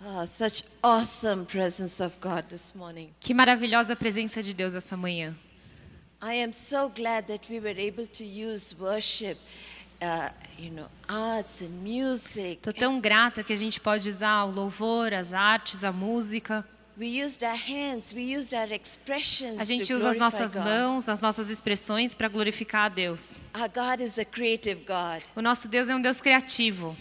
Ah, such awesome presence of God this morning. Que maravilhosa presença de Deus essa manhã. I am so glad that we were able to use worship, uh, you know, arts and music. Tô tão grata que a gente pode usar o louvor, as artes, a música. We used our hands, we used our expressions. A gente to usa as glorify nossas God. mãos, as nossas expressões para glorificar a Deus. Our God is a creative God, O nosso Deus é um Deus criativo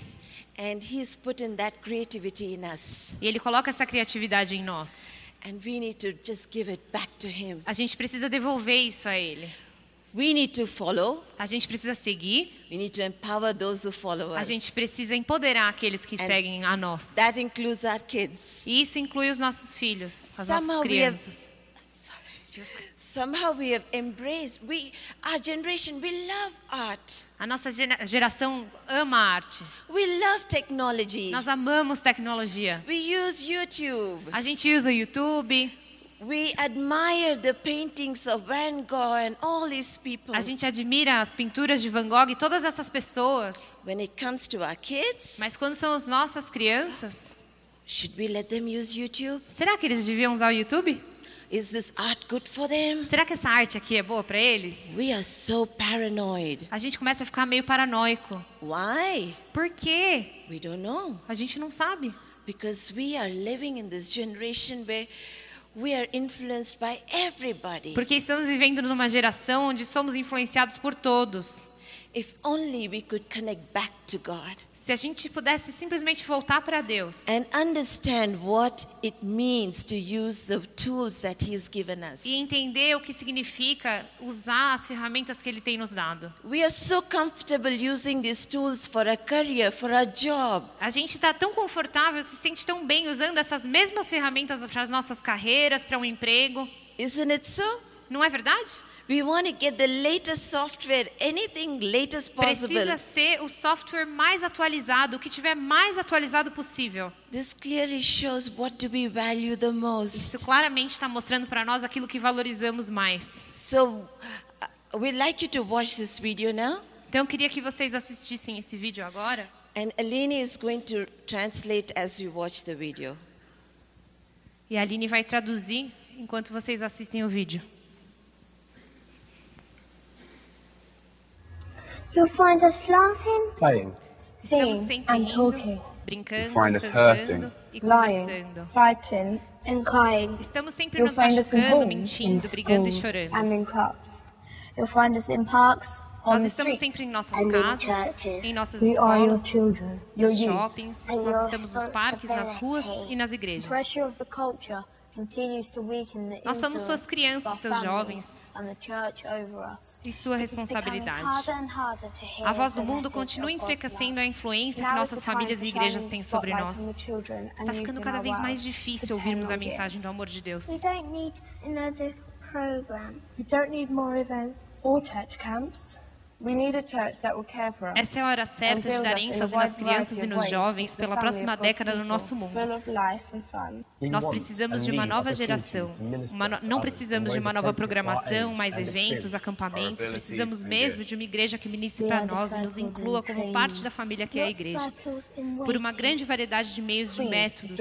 and He's put in that creativity in us. e ele coloca essa criatividade em nós. And we need to just give it back to Him. A gente precisa devolver isso a ele. We need to follow, A gente precisa seguir, we need to empower those who follow a us. gente precisa empoderar aqueles que And seguem a nós. That includes our kids. E isso inclui os nossos filhos, as nossas Somehow we have- crianças. Somehow we have embraced, we, our generation, we love art. A nossa gera- geração ama a arte. We love technology. Nós amamos tecnologia. We use YouTube. A gente usa o YouTube, We admire the paintings of Van Gogh and all these people. a gente admira as pinturas de Van Gogh e todas essas pessoas. When it comes to our kids, Mas quando são as nossas crianças, should we let them use YouTube? será que eles deviam usar o YouTube? Is this art good for them? Será que essa arte aqui é boa para eles? We are so paranoid. A gente começa a ficar meio paranoico. Why? Por quê? We don't know. A gente não sabe. Because we are living in this generation where we are influenced by everybody. Porque estamos vivendo numa geração onde somos influenciados por todos. If only we could connect back to God Se a gente pudesse simplesmente voltar para Deus and understand what it means to use the tools that He has given us. e entender o que significa usar as ferramentas que Ele tem nos dado. We are so comfortable using these tools for a career, for a job. A gente está tão confortável, se sente tão bem usando essas mesmas ferramentas para as nossas carreiras, para um emprego. Isn't it so? Não é verdade? We want to get the latest software, anything latest possible. Precisa ser o software mais atualizado, o que tiver mais atualizado possível. This clearly shows what do we value the Isso most. claramente está mostrando para nós aquilo que valorizamos mais. So uh, we'd like you to watch this video now. Então eu queria que vocês assistissem esse vídeo agora. And Alina is going to translate as we watch the video. E a Aline vai traduzir enquanto vocês assistem o vídeo. You'll find us laughing, playing, Estamos Sim, sempre I'm rindo, talking. brincando, You find us cantando hurting. e lying, conversando. fighting, and crying. Estamos sempre You'll nos find us in machucando, homes, in mentindo, brigando e schools, chorando. and in clubs. You'll find us in parks, on Nós the estamos streets, sempre em nossas and in casas, churches. em nossas We are your escolas, children, your nos youth, shoppings, and nós your estamos nos parques, nas ruas responsibility. e nas The igrejas. pressure of the culture continues to weaken the Nós somos suas influence crianças, of our seus families jovens. and the church over us. E sua It's becoming responsabilidade. harder and harder to hear A voz the do mundo message continua of God's enfraquecendo love. a influência que Now is nossas the time famílias to e shine igrejas the têm sobre spotlight on nós. the children and Está youth ficando in cada our vez world mais to Então, difícil turn ouvirmos a on mensagem do this. amor de We Deus. don't need another program. We don't need more events or church camps. We need a church that will care for us. Essa é a hora certa de assim, dar ênfase nas crianças e nos jovens pela próxima década no nosso mundo. Nós precisamos de uma nova geração. Uma no- Não precisamos de uma nova programação, mais eventos, acampamentos. Precisamos mesmo de uma igreja que ministre para nós e nos inclua como parte da família que é a igreja. Por uma grande variedade de meios e métodos,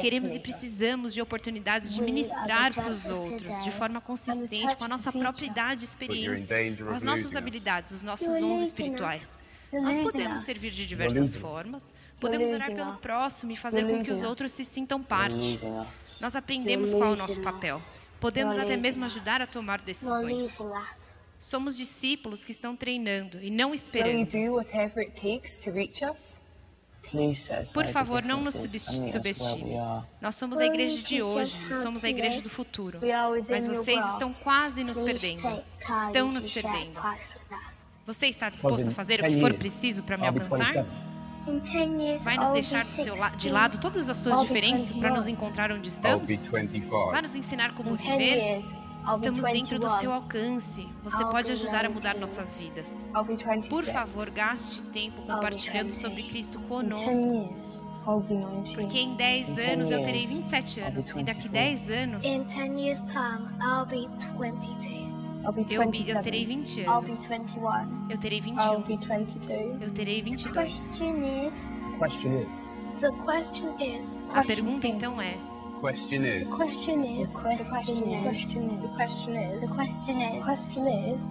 queremos e precisamos de oportunidades de ministrar para os outros de forma consistente com a nossa própria idade e experiência, com as nossas habilidades, os nossos dons espirituais. Nós podemos servir de diversas formas, podemos orar pelo próximo e fazer com que os outros se sintam parte. Nós aprendemos qual é o nosso papel. Podemos até mesmo ajudar a tomar decisões. Somos discípulos que estão treinando e não Will you esperando. do whatever it takes to reach us? Por favor, não nos subesti- subestime. Nós somos a igreja de hoje e somos a igreja do futuro. Mas vocês estão quase nos perdendo. Estão nos perdendo. Você está disposto a fazer o que for preciso para me alcançar? Vai nos deixar do seu la- de lado todas as suas diferenças para nos encontrar onde estamos? Vai nos ensinar como viver? Estamos dentro do seu alcance. Você pode ajudar a mudar nossas vidas. Por favor, gaste tempo compartilhando sobre Cristo conosco. Porque em 10 anos eu terei 27 anos e daqui 10 anos In 10 years time, I'll be 22. eu, bi- eu terei 20 I'll be anos. e 21. Eu terei 21. I'll be 22. Eu terei 22. Question is, The question is, A pergunta então é: Question is, the question is, the question is, The question is, the question is, the question is,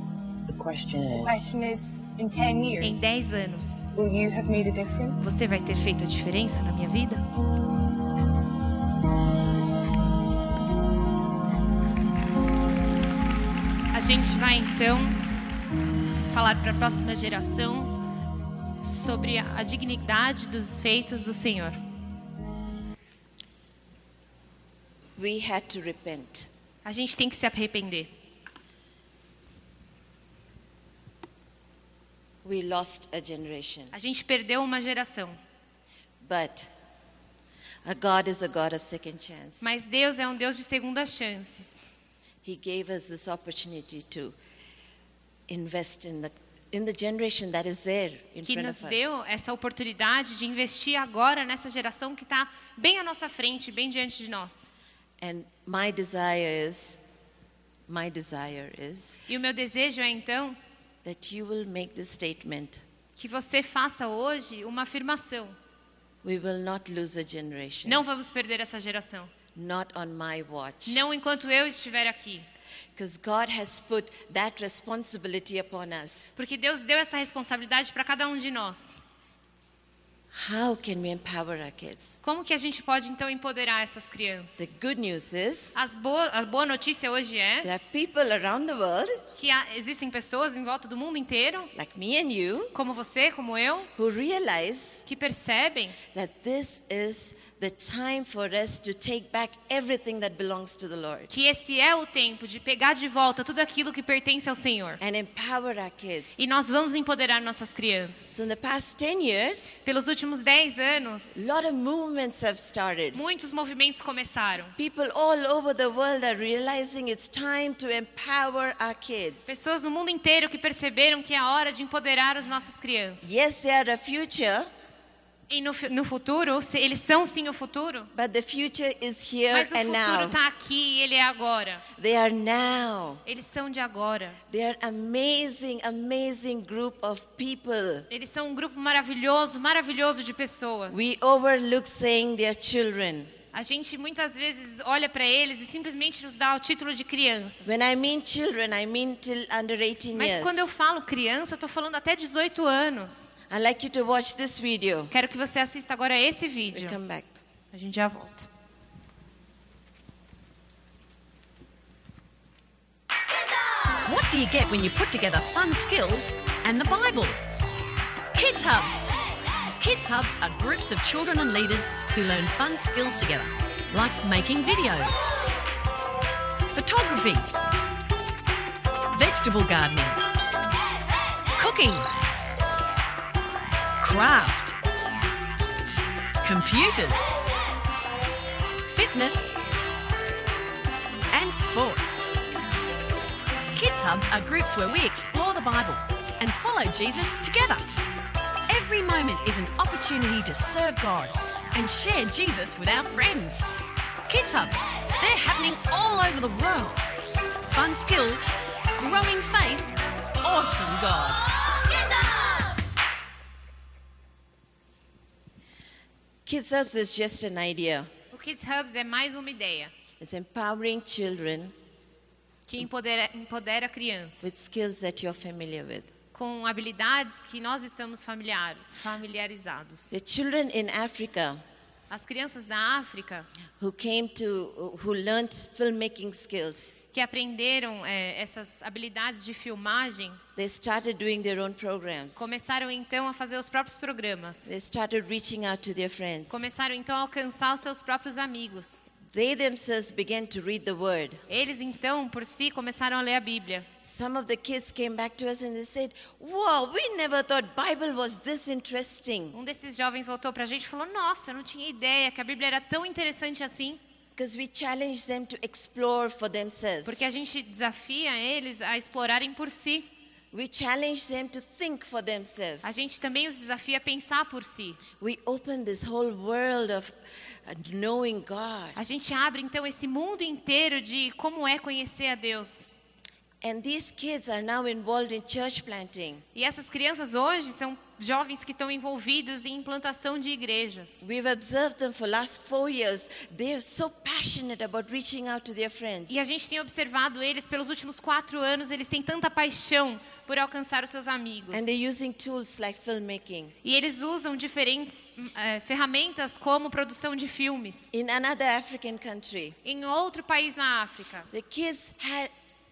The question the is, question is, in 10 em years, 10 anos, will you have made a difference? você vai ter feito a diferença na minha vida? A gente vai então falar para a próxima geração sobre a a dignidade dos feitos do Senhor. We had to repent. A gente tem que se arrepender. We lost a generation. A gente perdeu uma geração, But a God is a God of second chance. mas Deus é um Deus de segundas chances. He gave us this opportunity to invest in the in the generation that is there in que front nos of us. deu essa oportunidade de investir agora nessa geração que está bem à nossa frente, bem diante de nós. And my desire is my desire is E o meu desejo é então that you will make this statement. que você faça hoje uma afirmação: We will not lose a generation. não vamos perder essa geração. Not on my watch. Não enquanto eu estiver aqui. Because God has put that responsibility upon us. Porque Deus deu essa responsabilidade para cada um de nós. How can we empower our kids? Como que a gente pode então empoderar essas The crianças? good news is As boa, a boa notícia hoje é there are people around the world, que há- existem pessoas em volta do mundo inteiro, like me and you, como você, como eu, who realize que percebem that this is the time for us to take back everything that belongs to the Lord que esse é o tempo de pegar de volta tudo aquilo que pertence ao Senhor. and empower our kids. E nós vamos empoderar nossas crianças. So, in the past 10 years, Pelos últimos 10 anos, a lot of movements have started. muitos movimentos começaram. People all over the world are realizing it's time to empower our kids. Pessoas no mundo inteiro que perceberam que é a hora de empoderar as nossas crianças. Yes, they are the future, E no, fu- no futuro, se- eles são sim o futuro, but the future is here mas o and futuro now. está aqui e ele é agora. They are now. Eles são de agora. They are amazing, amazing group of people. Eles são um grupo maravilhoso, maravilhoso de pessoas. We overlook saying they are children. A gente muitas vezes olha para eles e simplesmente nos dá o título de crianças. When I mean children, I mean till under 18 Mas years. quando eu falo criança, eu tô falando até 18 anos. I'd like you to watch this video. Quero que você assista agora esse We'll vídeo. come back. A gente já volta. what do you get when you put together fun skills and the Bible? Kids Hubs. Kids Hubs are groups of children and leaders who learn fun skills together, like making videos, photography, vegetable gardening, cooking, craft, computers, fitness, and sports. Kids Hubs are groups where we explore the Bible and follow Jesus together. Every moment is an opportunity to serve God and share Jesus with our friends. Kids Hubs, they're happening all over the world. Fun skills, growing faith, awesome God. Kids Hubs is just an idea. O Kids Hubs é mais uma ideia It's empowering children que empodera, empodera crianças with skills that you're familiar with. com habilidades que nós estamos familiar, familiarizados. The children in Africa As crianças da África who came to, who learned filmmaking skills, que aprenderam eh, essas habilidades de filmagem they started doing their own programs. começaram então a fazer os próprios programas. They started reaching out to their friends. Começaram então a alcançar os seus próprios amigos. They themselves began to read the word. Eles então, por si, começaram a ler a Bíblia. Some of the kids came back to us and they said, "Wow, we never thought Bible was this interesting." Um desses jovens voltou pra gente e falou: Nossa, eu não tinha ideia que a Bíblia era tão interessante assim. Because we challenged them to explore for themselves. Porque a gente desafia eles a explorarem por si. We challenged them to think for themselves. A gente também os desafia a pensar por si. We opened this whole world of uh, knowing God. A gente abre então esse mundo inteiro de como é conhecer a Deus. And these kids are now involved in church planting. E essas crianças hoje são jovens que estão envolvidos em implantação de igrejas. We've observed them for last four years. They're so passionate about reaching out to their friends. E a gente tem observado eles pelos últimos quatro anos, eles têm tanta paixão por alcançar os seus amigos. And they're using tools like filmmaking. E eles usam diferentes eh, ferramentas como produção de filmes. In another African country, Em outro país na África, the kids had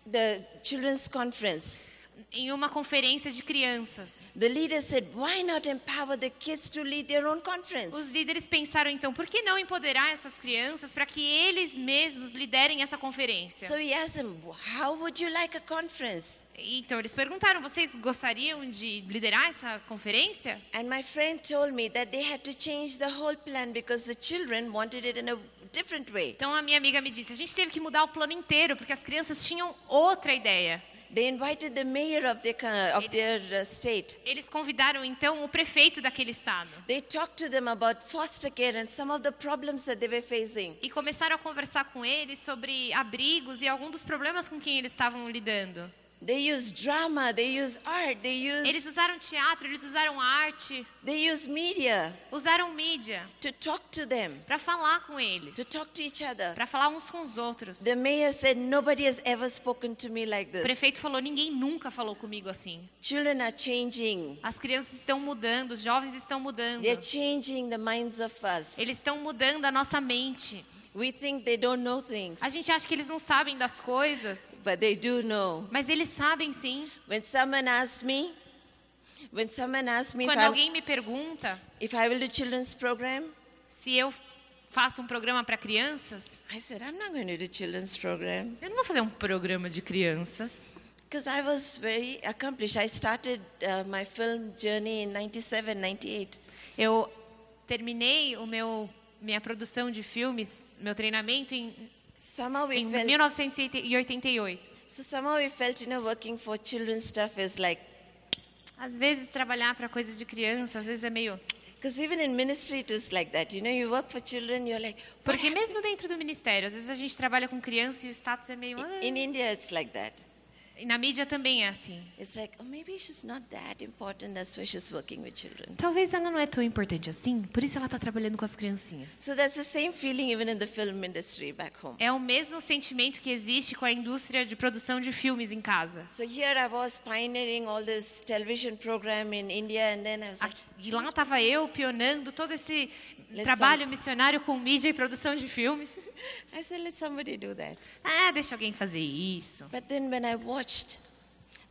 the children's conference. em uma conferência de crianças, The leader said, Why not empower the kids to lead their own os conference? líderes pensaram então, por que não empoderar essas crianças para que eles mesmos liderem essa conferência? So he asked them, How would you like a conference? Então eles perguntaram: vocês gostariam de liderar essa conferência? And my friend told me that they had to change the whole plan because the children wanted it in a different way. Então a minha amiga me disse: a gente teve que mudar o plano inteiro porque as crianças tinham outra ideia. They invited the mayor of their, co- of their uh, state. Eles convidaram então o prefeito daquele estado They talked to them about foster care and some of the problems that they were facing. e começaram a conversar com eles sobre abrigos e alguns dos problemas com quem eles estavam lidando. They use drama, they use art, they Eles use, usaram teatro, eles usaram arte, they use media usaram mídia to talk to them, para falar com eles, to talk to each other. para falar uns com os outros. The mayor said, Nobody has ever spoken to me like O this. prefeito falou: ninguém nunca falou comigo assim. Children are changing. As crianças estão mudando, os jovens estão mudando. They're changing the minds of us. Eles estão mudando a nossa mente. We think they don't know things, A gente acha que eles não sabem das coisas, but they do know. mas eles sabem sim. When someone asks me, when someone asks me if, Quando I'm- alguém me pergunta if I will do children's program, se eu faço um programa para crianças, I said I'm not going to do children's program eu não vou fazer um programa de crianças. because I was very accomplished. I started uh, my film journey in 97, 98. Eu terminei o meu minha produção de filmes, meu treinamento em, Somehow we em felt 1988. so somehow we felt you know working for children's stuff is like Às vezes trabalhar para coisa de criança, às vezes é meio because even in ministry it was like that. You know, you work for children, you're like what porque mesmo dentro do ministério, às vezes a gente trabalha com criança e o status é meio hap- ah. in India it's like that. E na mídia também é assim. It's like oh maybe she's not that important. That's why she's working with children. Talvez ela não é tão importante assim, por isso ela está trabalhando com as criancinhas. So that's the same feeling even in the film industry back home. É o mesmo sentimento que existe com a indústria de produção de filmes em casa. So here I was pioneering all this television program in India, and then I was like, Aqui- De lá estava eu pionando todo esse Let's trabalho missionário com mídia e produção de filmes. I said, let somebody do that. Ah, deixa alguém fazer isso. But then when I watched,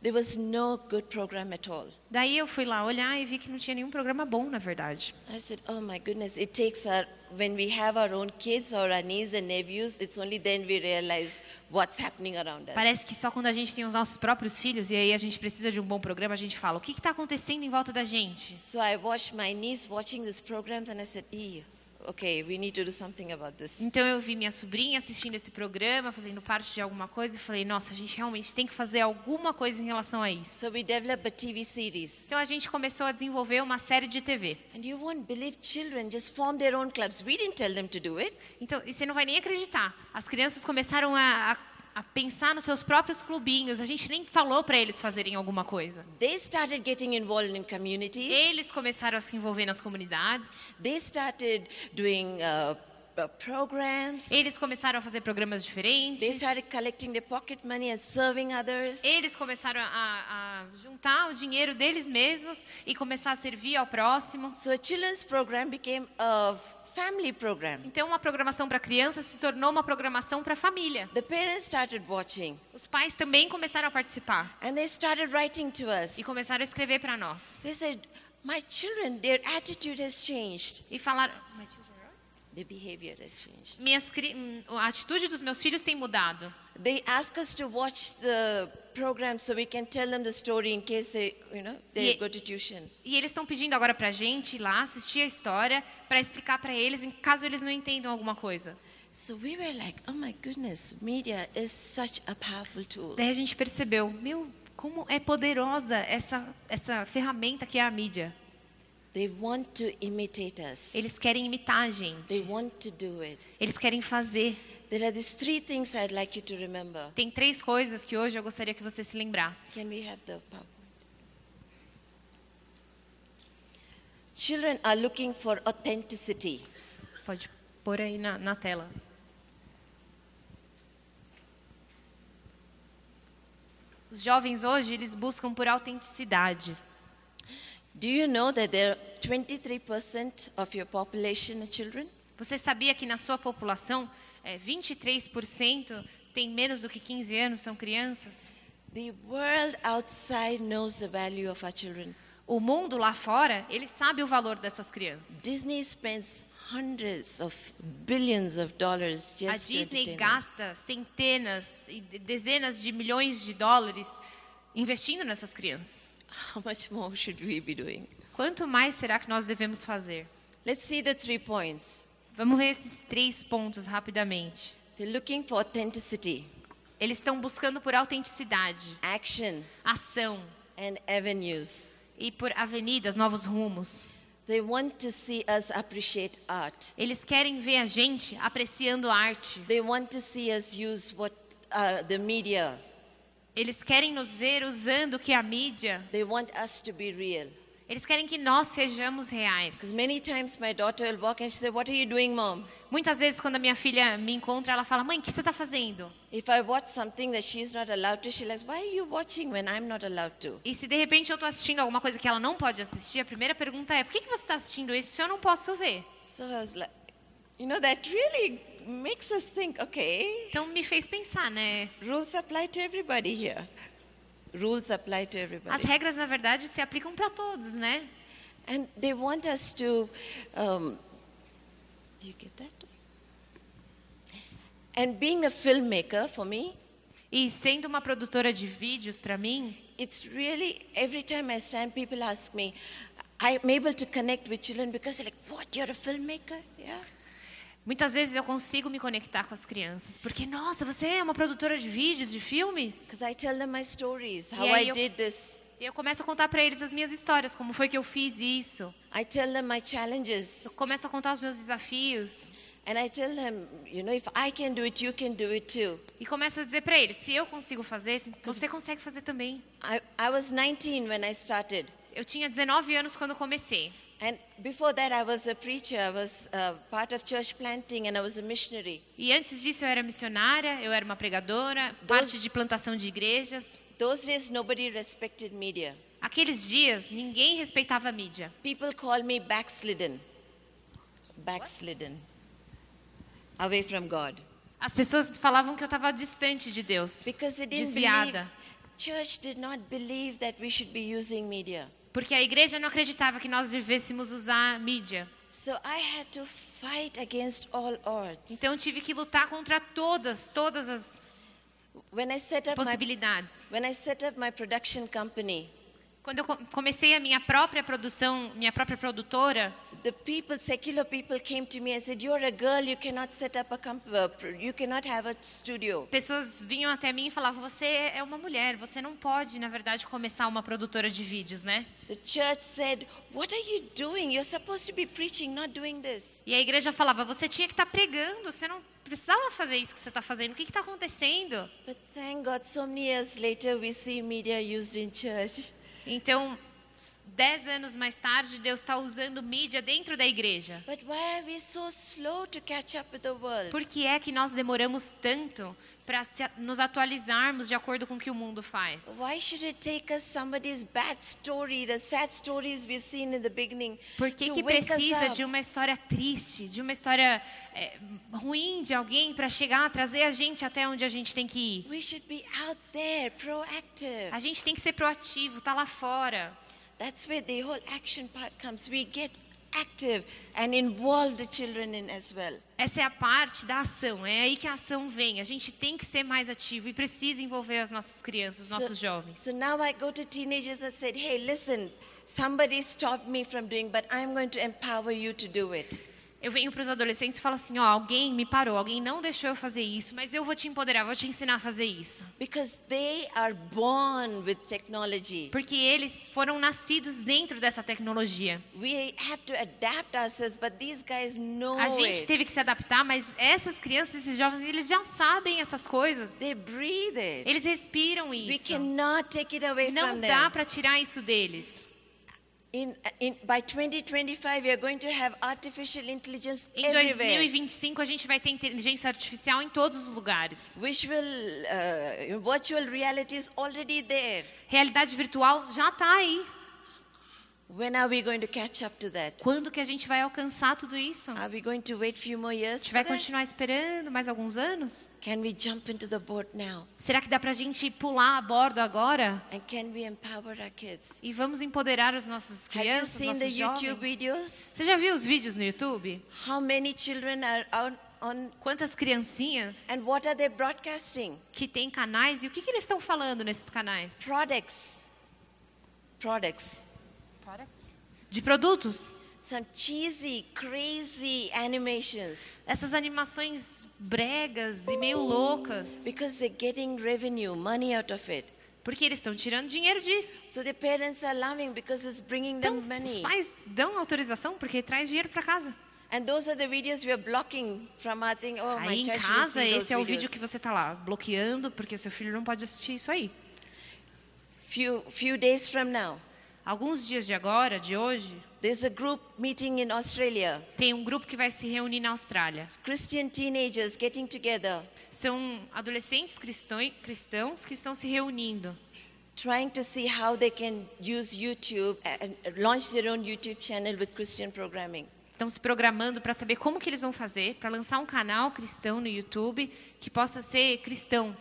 there was no good program at all. Daí eu fui lá olhar e vi que não tinha nenhum programa bom, na verdade. I said, oh my goodness, it takes our, when we have our own kids or our nieces and nephews, it's only then we realize what's happening around us. Parece que só quando a gente tem os nossos próprios filhos e aí a gente precisa de um bom programa, a gente fala: o que está acontecendo em volta da gente? So I watched my niece watching these programs, and I said, ew, okay, we need to do something about this. Então eu vi minha sobrinha assistindo esse programa, fazendo parte de alguma coisa, e falei, nossa, a gente realmente tem que fazer alguma coisa em relação a isso. So we developed a TV series. Então a gente começou a desenvolver uma série de TV. And you won't believe children just form their own clubs. We didn't tell them to do it. Então, e você não vai nem acreditar, as crianças começaram a, a, a pensar nos seus próprios clubinhos, a gente nem falou para eles fazerem alguma coisa. They started getting involved in communities. Eles começaram a se envolver nas comunidades, They started doing uh, uh, programs. eles começaram a fazer programas They diferentes, started collecting their pocket money and serving others. eles começaram a, a juntar o dinheiro deles mesmos e começar a servir ao próximo. So a children's program became a family program. Então, uma programação para criança se tornou uma programação para família. The parents started watching Os pais também começaram a participar and they started writing to us. e começaram a escrever para nós. They said, My children, their attitude has changed. E falaram: Their behavior has changed. Minhas cri... hum, a atitude dos meus filhos tem mudado. They ask us to watch the program so we can tell them the story in case they, you know, they Ye- go to tuition. E eles estão pedindo agora para a gente ir lá assistir a história para explicar para eles, em caso eles não entendam alguma coisa. So we were like, oh my goodness, media is such a powerful tool. Daí a gente percebeu: meu, como é poderosa essa, essa ferramenta que é a mídia. They want to imitate us. Eles querem imitar a They gente, want to do it. eles querem fazer. There are these three things I'd like you to remember. Tem três coisas que hoje eu gostaria que você se lembrasse. Can we have the PowerPoint? Children are looking for authenticity. Pode pôr aí na, na tela. Os jovens hoje, eles buscam por autenticidade. Do you know that there are 23% of your population are children? Você sabia que na sua população, é, 23% tem menos do que 15 anos, são crianças? The world outside knows the value of our children. O mundo lá fora, ele sabe o valor dessas crianças. Disney spends hundreds of billions of dollars A just to Disney entertain us. gasta centenas e de- dezenas de milhões de dólares investindo nessas crianças. How much more should we be doing? Quanto mais será que nós devemos fazer? Let's see the three points. Vamos ver esses três pontos rapidamente. They're looking for authenticity, Eles estão buscando por autenticidade, action, ação and avenues. e por avenidas, novos rumos. They want to see us appreciate art. Eles querem ver a gente apreciando a arte. They want to see us use what uh, the media. Eles querem nos ver usando o que é a mídia. They want us to be real. Eles querem que nós sejamos Because reais. many times my daughter will walk and she say, "What are you doing, mom?" Muitas vezes, quando a minha filha me encontra, ela fala: Mãe, o que você está fazendo? If I watch something that she's not allowed to, she'll ask, "Why are you watching when I'm not allowed to?" E se de repente eu estou assistindo alguma coisa que ela não pode assistir, a primeira pergunta é: Por que, que você está assistindo isso se eu não posso ver? So I was like, you know, that really makes us think. Okay, Então me fez pensar, né? rules apply to everybody here. Rules apply to As everybody. regras, na verdade, se aplicam para todos, né? And they want us to. Um, do you get that? And being a filmmaker for me, E sendo uma produtora de vídeos para mim, it's really every time I stand, people ask me, I'm able to connect with children because they're like, "What? You're a filmmaker? Yeah." muitas vezes eu consigo me conectar com as crianças, porque nossa, você é uma produtora de vídeos, de filmes? Because I tell them my stories, how Yeah, I you- did this. E eu começo a contar para eles as minhas histórias, como foi que eu fiz isso. I tell them my Eu challenges. começo a contar os meus desafios And I tell them, you know, if I can do it, you can do it too. e começo a dizer para eles: se eu consigo fazer, você consegue fazer também. I, I was 19 when I started. Eu tinha 19 anos quando comecei. And before that, I was a preacher. I was uh, part of church planting and I was a missionary. E antes disso eu era missionária, eu era uma pregadora, parte de plantação de igrejas. Those days, nobody respected media. Aqueles dias, ninguém respeitava a mídia. People called me backslidden. Backslidden. Away from God. As pessoas falavam que eu estava distante de Deus, Because they didn't believe. desviada, Church did not believe that we should be using media. porque a igreja não acreditava que nós devêssemos usar a mídia. So I had to fight against all odds. Então eu tive que lutar contra todas, todas as When I set up my possibilidades. when I set up my production company, Quando eu co- comecei a minha própria produção, minha própria produtora, the people, secular people, came to me and said, "You're a girl. You cannot set up a comp- uh, pr- you cannot have a studio." pessoas vinham até mim e falavam: "Você é uma mulher, você não pode, na verdade, começar uma produtora de vídeos, né?" The church said, "What are you doing? You're supposed to be preaching, not doing this." E a igreja falava: "Você tinha que estar pregando, você não precisava fazer isso que você está fazendo. O que está acontecendo?" But thank God, so many years later, we see media used in church. Então, s- dez anos mais tarde, Deus está usando mídia dentro da igreja. But why are we so slow to catch up with the world? Por que é que nós demoramos tanto para nos atualizarmos de acordo com o que o mundo faz? Why should it take us somebody's bad story, the sad stories we've seen in the beginning, Por que, to que wake us precisa up? de uma história triste, de uma história é, ruim de alguém para chegar, trazer a gente até onde a gente tem que ir? We should be out there, proactive. A gente tem que ser proativo, tá lá fora. That's where the whole action part comes. We get active and involve the children in as well. Essa é a parte da ação, é aí que a ação vem. A gente tem que ser mais ativo e precisa envolver as nossas crianças, os nossos jovens. so now I go to teenagers and said, "Hey, listen, somebody stopped me from doing, but I'm going to empower you to do it." Eu venho para os adolescentes e falo assim: ó, alguém me parou, alguém não deixou eu fazer isso, mas eu vou te empoderar, vou te ensinar a fazer isso. Because they are born with technology. Porque eles foram nascidos dentro dessa tecnologia. We have to adapt ourselves, but these guys know A gente it. teve que se adaptar, mas essas crianças, esses jovens, eles já sabem essas coisas. They breathe it. Eles respiram We isso. cannot take it away Não from dá them. para tirar isso deles. In, in, by 2025, we are going to have artificial intelligence Em e everywhere, 2025, a gente vai ter inteligência artificial em todos os lugares. which will, uh, virtual reality is already there. Realidade virtual já está aí. When are we going to catch up to that? Quando que a gente vai alcançar tudo isso? A Are we going to wait few more years gente for vai that? continuar esperando mais alguns anos? Can we jump into the boat now? Será que dá para a gente pular a bordo agora? And can we empower our kids? E vamos empoderar os nossos Have you crianças, seen the nossos YouTube jovens? videos? Você já viu os vídeos no YouTube? How many children are out on Quantas criancinhas and what are they broadcasting? que têm canais e o que, que eles estão falando nesses canais? Products. Products. De produtos? Some cheesy, crazy animations Essas animações bregas e meio loucas. because they're getting revenue, money out of it. Porque eles estão tirando dinheiro disso. So the parents are loving because it's bringing Então, them os money. pais dão autorização porque traz dinheiro para casa. And those are the videos we are blocking from our thing. Oh, my Aí em child shouldn't casa, see those esse é o videos. vídeo que você tá lá bloqueando porque o seu filho não pode assistir isso aí. few few days from now Alguns dias de agora, de hoje, there's a group meeting in australia tem um grupo que vai se reunir na Austrália. christian teenagers getting together São adolescentes cristões- cristãos que estão se reunindo trying to see how they can use youtube and launch their own youtube channel with christian programming Estão se programando para saber como que eles vão fazer para lançar um canal cristão no YouTube que possa ser cristão.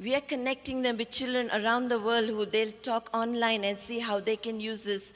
we are connecting them with children around the world who they'll talk online and see how they can use this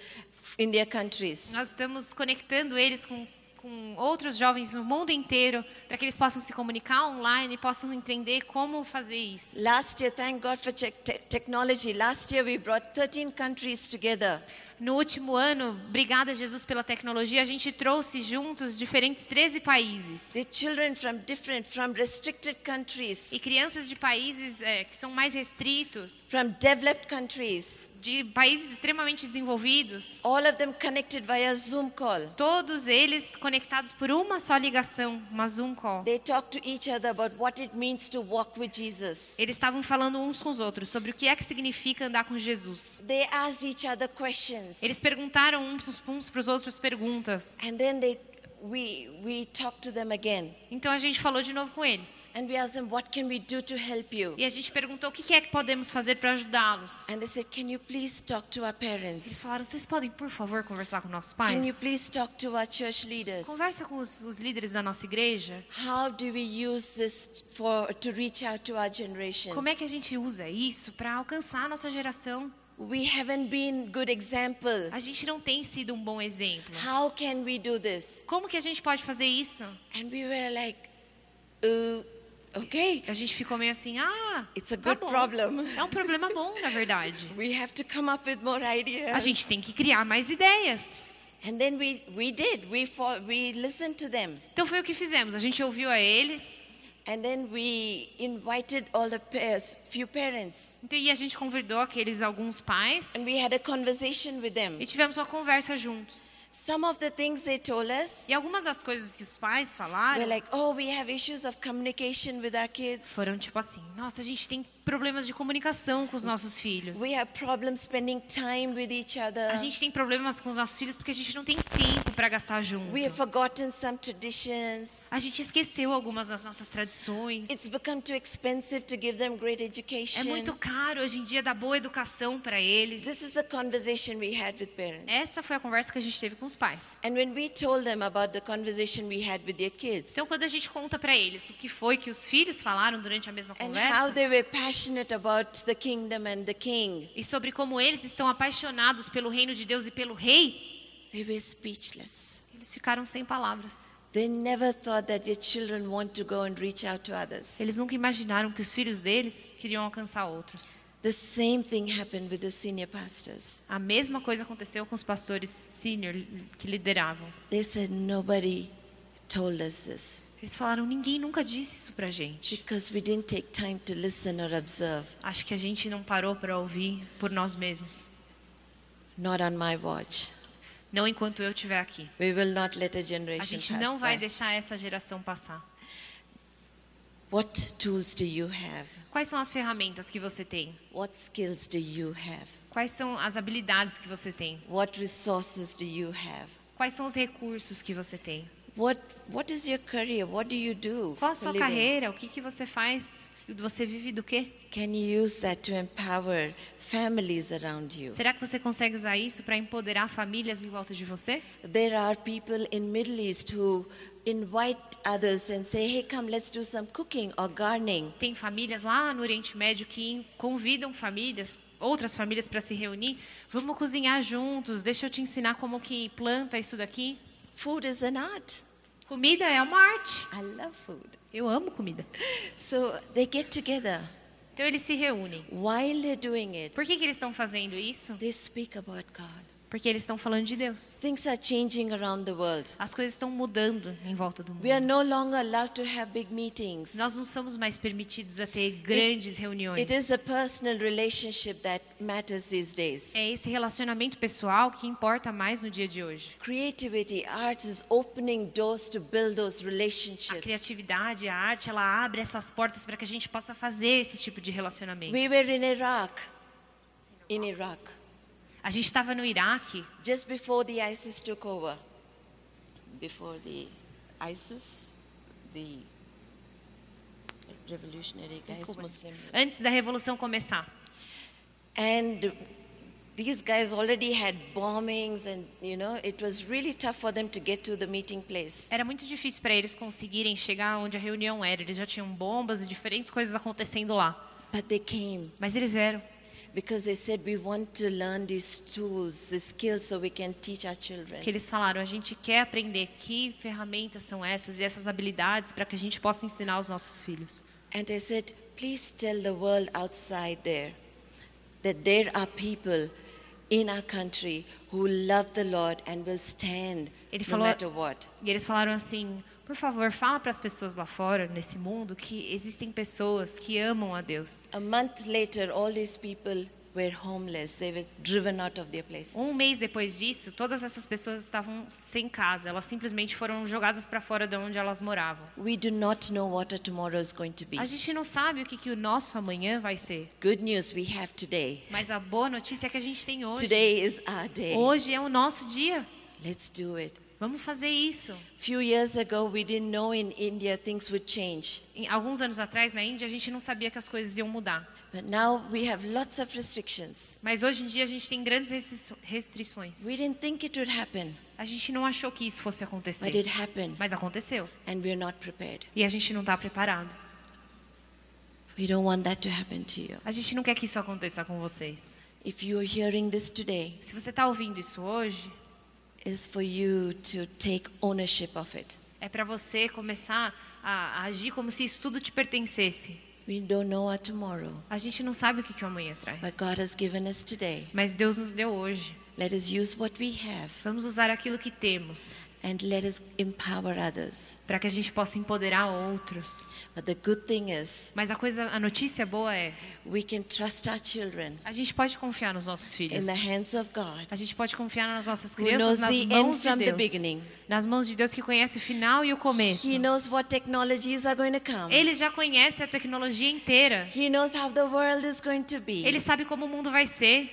in their countries Nós estamos conectando eles com, com outros jovens no mundo inteiro para que eles possam se comunicar online e possam entender como fazer isso. last year thank god for tech te- technology last year we brought 13 countries together No último ano, obrigada Jesus pela tecnologia, a gente trouxe juntos diferentes 13 países. the children from different from restricted countries E crianças de países é, que são mais restritos, from developed countries, de países extremamente desenvolvidos, all of them connected via Zoom call. todos eles conectados por uma só ligação, uma Zoom call. They talk to each other about what it means to walk with Jesus. Eles estavam falando uns com os outros sobre o que é que significa andar com Jesus. They asked each other questions. Eles perguntaram uns uns para os outros perguntas. And then they, we, we talked to them again. Então a gente falou de novo com eles. And we asked them, What can we do to help you? E a gente perguntou o que que é que podemos fazer para ajudá-los. And they said, Can you please talk to our Eles parents? falaram: vocês podem, por favor, conversar com nossos Can you pais? please talk to our church leaders? Conversa com os, os líderes da nossa igreja. How do we use this for, to reach out to our generation? Como é que a gente usa isso para alcançar a nossa geração? We haven't been good example. A gente não tem sido um bom exemplo. How can we do this? Como que a gente pode fazer isso? And we were like, uh, okay, A gente ficou meio assim: ah, It's a tá good bom. problem. É um problema bom, na verdade. we have to come up with more A ideas. gente tem que criar mais ideias. And then we, we did. We, fo- we listened to them. Então foi o que fizemos. A gente ouviu a eles And then we invited all the pairs, few parents, então, e a gente convidou aqueles alguns pais and we had a conversation with them. e tivemos uma conversa juntos. Some of the things they told us E algumas das coisas que os pais were falaram like, oh, we have issues of communication with our kids. foram tipo assim: nossa, a gente tem problemas de comunicação com os nossos filhos. We have problems spending time with each other. A gente tem problemas com os nossos filhos porque a gente não tem tempo para gastar junto. We have forgotten some traditions. A gente esqueceu algumas das nossas tradições. It's become too expensive to give them great education. É muito caro hoje em dia dar boa educação para eles. This is a conversation we had with parents. Essa foi a conversa que a gente teve com os pais. And when we told them about the conversation we had with their kids Então, quando a gente conta para eles o que foi que os filhos falaram durante a mesma and how conversa they were passionate about the kingdom and the king, e sobre como eles estão apaixonados pelo reino de Deus e pelo rei, they were speechless. eles ficaram sem palavras. They never thought that their children want to go and reach out to others. Eles nunca imaginaram que os filhos deles queriam alcançar outros. The same thing happened with the senior pastors. A mesma coisa aconteceu com os pastores sênior que lideravam. They said, Nobody told us this Eles falaram: ninguém nunca disse isso pra gente. because we didn't take time to listen or observe. Acho que a gente não parou para ouvir por nós mesmos. Not on my watch. Não enquanto eu estiver aqui. We will not let a A generation gente pass não vai by. deixar essa geração passar. What tools do you have? Quais são as ferramentas que você tem? What skills do you have? Quais são as habilidades que você tem? What resources do you have? Quais são os recursos que você tem? What What is your career? What do you do? Qual a sua for living? carreira? O que, que você faz? Você vive do quê? Can you use that to empower families around you? Será que você consegue usar isso para empoderar famílias em volta de você? There are people in Middle East who invite others and say, "Hey, come, let's do some cooking or gardening." Tem famílias lá no Oriente Médio que convidam famílias, outras famílias para se reunir. Vamos cozinhar juntos. Deixa eu te ensinar como que planta isso daqui. Food is an art. Comida é uma arte. I love food. Eu amo comida. So they get together. Então eles se reúnem. While they're doing it, Por que, que eles estão fazendo isso? they speak about God. Porque eles estão falando de Deus. Things are changing around the world. As coisas estão mudando em volta do We are mundo. no longer allowed to have big meetings. Nós não somos mais permitidos a ter grandes reuniões. It is a personal relationship that matters these days. É esse relacionamento pessoal que importa mais no dia de hoje. Creativity, art is opening doors to build those A relationships. criatividade, a arte, ela abre essas portas para que a gente possa fazer esse tipo de relacionamento. We were in Iraq. In Iraq. A gente estava no Iraque, Just before the ISIS took over. Before the ISIS, the revolutionary guys, Muslim. antes da revolução começar. And these guys already had bombings, and you know, it was really tough for them to get to the meeting place. Era muito difícil para eles conseguirem chegar onde a reunião era. Eles já tinham bombas e diferentes coisas acontecendo lá. But they came Mas eles vieram. because they said, We want to learn these tools, these skills, so we can teach our children. que eles falaram, a gente quer aprender que ferramentas são essas e essas habilidades para que a gente possa ensinar aos nossos filhos. And they said, Please tell the world outside there that there are people in our country who love the Lord and will stand Ele no falou- matter what. E eles falaram assim: "Por favor, fala para as pessoas lá fora, nesse mundo, que existem pessoas que amam a Deus." A month later, all these people were homeless. They were driven out of their places. Um mês depois disso, todas essas pessoas estavam sem casa. Elas simplesmente foram jogadas para fora de onde elas moravam. We do not know what our tomorrow is going to be. A gente não sabe o que, que o nosso amanhã vai ser, Good news we have today. mas a boa notícia é que a gente tem hoje. Today is our day. Hoje é o nosso dia. Let's do it. Vamos fazer isso. Few years ago, we didn't know in India things would change, Em- Alguns anos atrás, na Índia, a gente não sabia que as coisas iam mudar. but now we have lots of restrictions. Mas hoje em dia, a gente tem grandes restri- restrições. We didn't think it would happen, A gente não achou que isso fosse but acontecer, it happened, mas aconteceu. and we're not prepared. E a gente não está preparado. We don't want that to happen to you. A gente não quer que isso aconteça com vocês. If you are hearing this today, Se você está ouvindo isso hoje, it's for you to take ownership of it. é para você começar a a agir como se isso tudo te pertencesse. We don't know our tomorrow, A gente não sabe o que, que o amanhã traz. but God has given us today. Mas Deus nos deu hoje. Let us use what we have Vamos usar aquilo que temos and let us empower others. para que a gente possa empoderar outros. But the good thing is, Mas a coisa, a notícia boa é, we can trust our children A gente pode confiar nos nossos in filhos. the hands of God. A gente pode confiar nas nossas Who knows crianças, nas the mãos end de from the Deus. beginning. Nas mãos de Deus que conhece o final e o começo. He knows what technologies are going to come. Ele já conhece a tecnologia inteira. He knows how the world is going to Ele be. sabe como o mundo vai ser.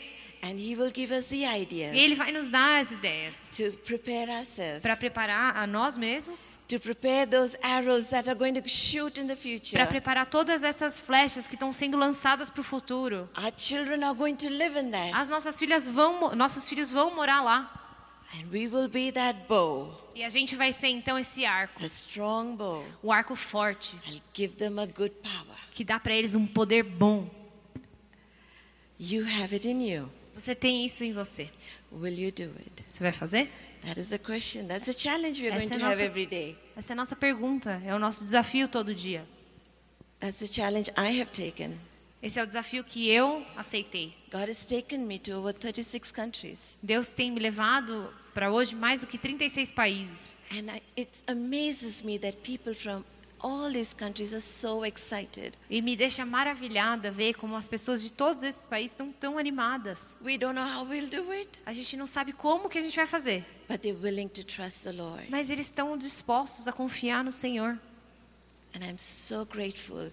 And He will give us the E ele ideas vai nos dar as ideias to prepare ourselves, para preparar a nós mesmos, to prepare those arrows that are going to shoot in the para future. preparar todas essas flechas que estão sendo lançadas para o futuro. Our children are going to live in that. As nossas filhas vão, mo- nossos filhos vão morar lá. And we will be that bow, E a gente vai ser então esse arco, a strong bow. o arco forte, I'll give them a good power. que dá para eles um poder bom. You have it in you. Você tem isso em você. Will you do it? Você vai fazer? That is a question. That's a challenge we're going Essa é to a have nossa- every day. Essa é a nossa pergunta, é o nosso desafio todo dia. That's the challenge I have taken. Esse é o desafio que eu aceitei. God has taken me to over 36 countries. Deus tem me levado para hoje mais do que 36 países. And I, it amazes me that people from all these countries are so excited. E me deixa maravilhada ver como as pessoas de todos esses países estão tão animadas. We don't know how we'll do it, A gente não sabe como que a gente vai fazer, but they're willing to trust the Lord. mas eles estão dispostos a confiar no Senhor. And I'm so grateful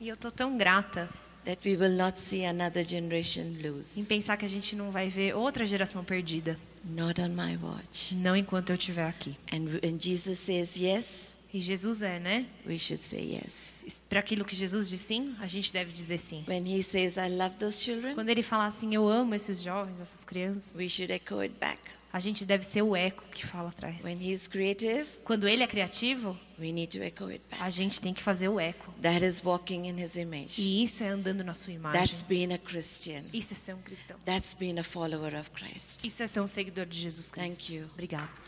E eu estou tão grata that we will not see another generation em lose. pensar que a gente não vai ver outra geração perdida, Not on my watch. não enquanto eu estiver aqui. And when Jesus says yes, E Jesus é, né? we should say yes. Para aquilo que Jesus diz sim, a gente deve dizer sim. When he says, I love those children, Quando ele fala assim, eu amo esses jovens, essas crianças, we should echo it back. a gente deve ser o eco que fala atrás. When he's creative, Quando ele é criativo, we need to echo it back. a gente tem que fazer o eco. That is walking in his image. E isso é andando na sua imagem. That's being a Christian. Isso é ser um cristão. That's being a follower of Christ. Isso é ser um seguidor de Jesus Cristo. Thank you. Obrigada.